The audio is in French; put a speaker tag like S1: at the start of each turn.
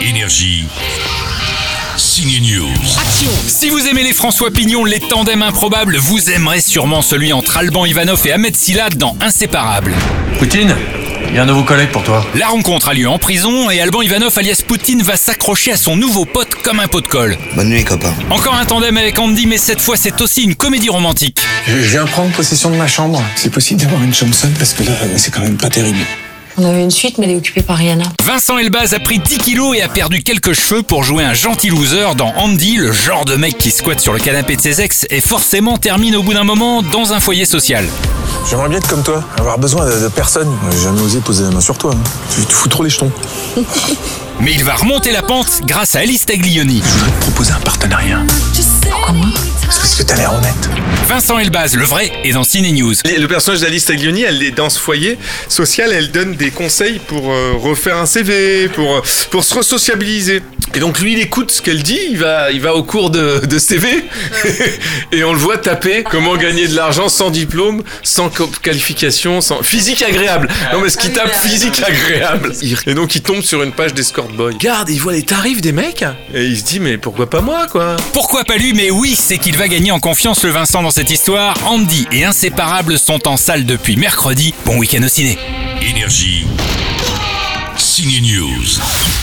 S1: Énergie. Signe News.
S2: Si vous aimez les François Pignon, les tandems improbables, vous aimerez sûrement celui entre Alban Ivanov et Ahmed Silla dans Inséparable.
S3: Poutine, il y a un nouveau collègue pour toi.
S2: La rencontre a lieu en prison et Alban Ivanov alias Poutine va s'accrocher à son nouveau pote comme un pot de colle.
S4: Bonne nuit, copain.
S2: Encore un tandem avec Andy, mais cette fois c'est aussi une comédie romantique.
S5: Je je viens prendre possession de ma chambre.
S6: C'est possible d'avoir une chambre seule parce que là, euh, c'est quand même pas terrible.
S7: On avait une suite, mais elle est occupée par Rihanna.
S2: Vincent Elbaz a pris 10 kilos et a perdu quelques cheveux pour jouer un gentil loser dans Andy, le genre de mec qui squatte sur le canapé de ses ex et forcément termine au bout d'un moment dans un foyer social.
S6: J'aimerais bien être comme toi, avoir besoin de, de personne. J'ai jamais osé poser la main sur toi. hein. Tu te fous trop les jetons.
S2: Mais il va remonter la pente grâce à Alice Taglioni.
S6: Je voudrais te proposer un partenariat.
S7: Pourquoi moi
S6: Parce que t'as l'air honnête.
S2: Vincent Elbaz, le vrai, est dans Ciné News.
S8: Les- Le personnage d'Alice Taglioni, elle est dans ce foyer social, elle donne des conseils pour euh, refaire un CV, pour, euh, pour se resociabiliser. Et donc lui, il écoute ce qu'elle dit, il va, il va au cours de, de CV, et on le voit taper comment gagner de l'argent sans diplôme, sans co- qualification, sans... Physique agréable Non mais ce qu'il tape, physique agréable Et donc il tombe sur une page d'escort boy. Garde, il voit les tarifs des mecs, et il se dit, mais pourquoi pas moi, quoi
S2: Pourquoi pas lui Mais oui, c'est qu'il va gagner en confiance le Vincent dans cette histoire. Andy et Inséparable sont en salle depuis mercredi. Bon week-end au ciné.
S1: Énergie. Signe News.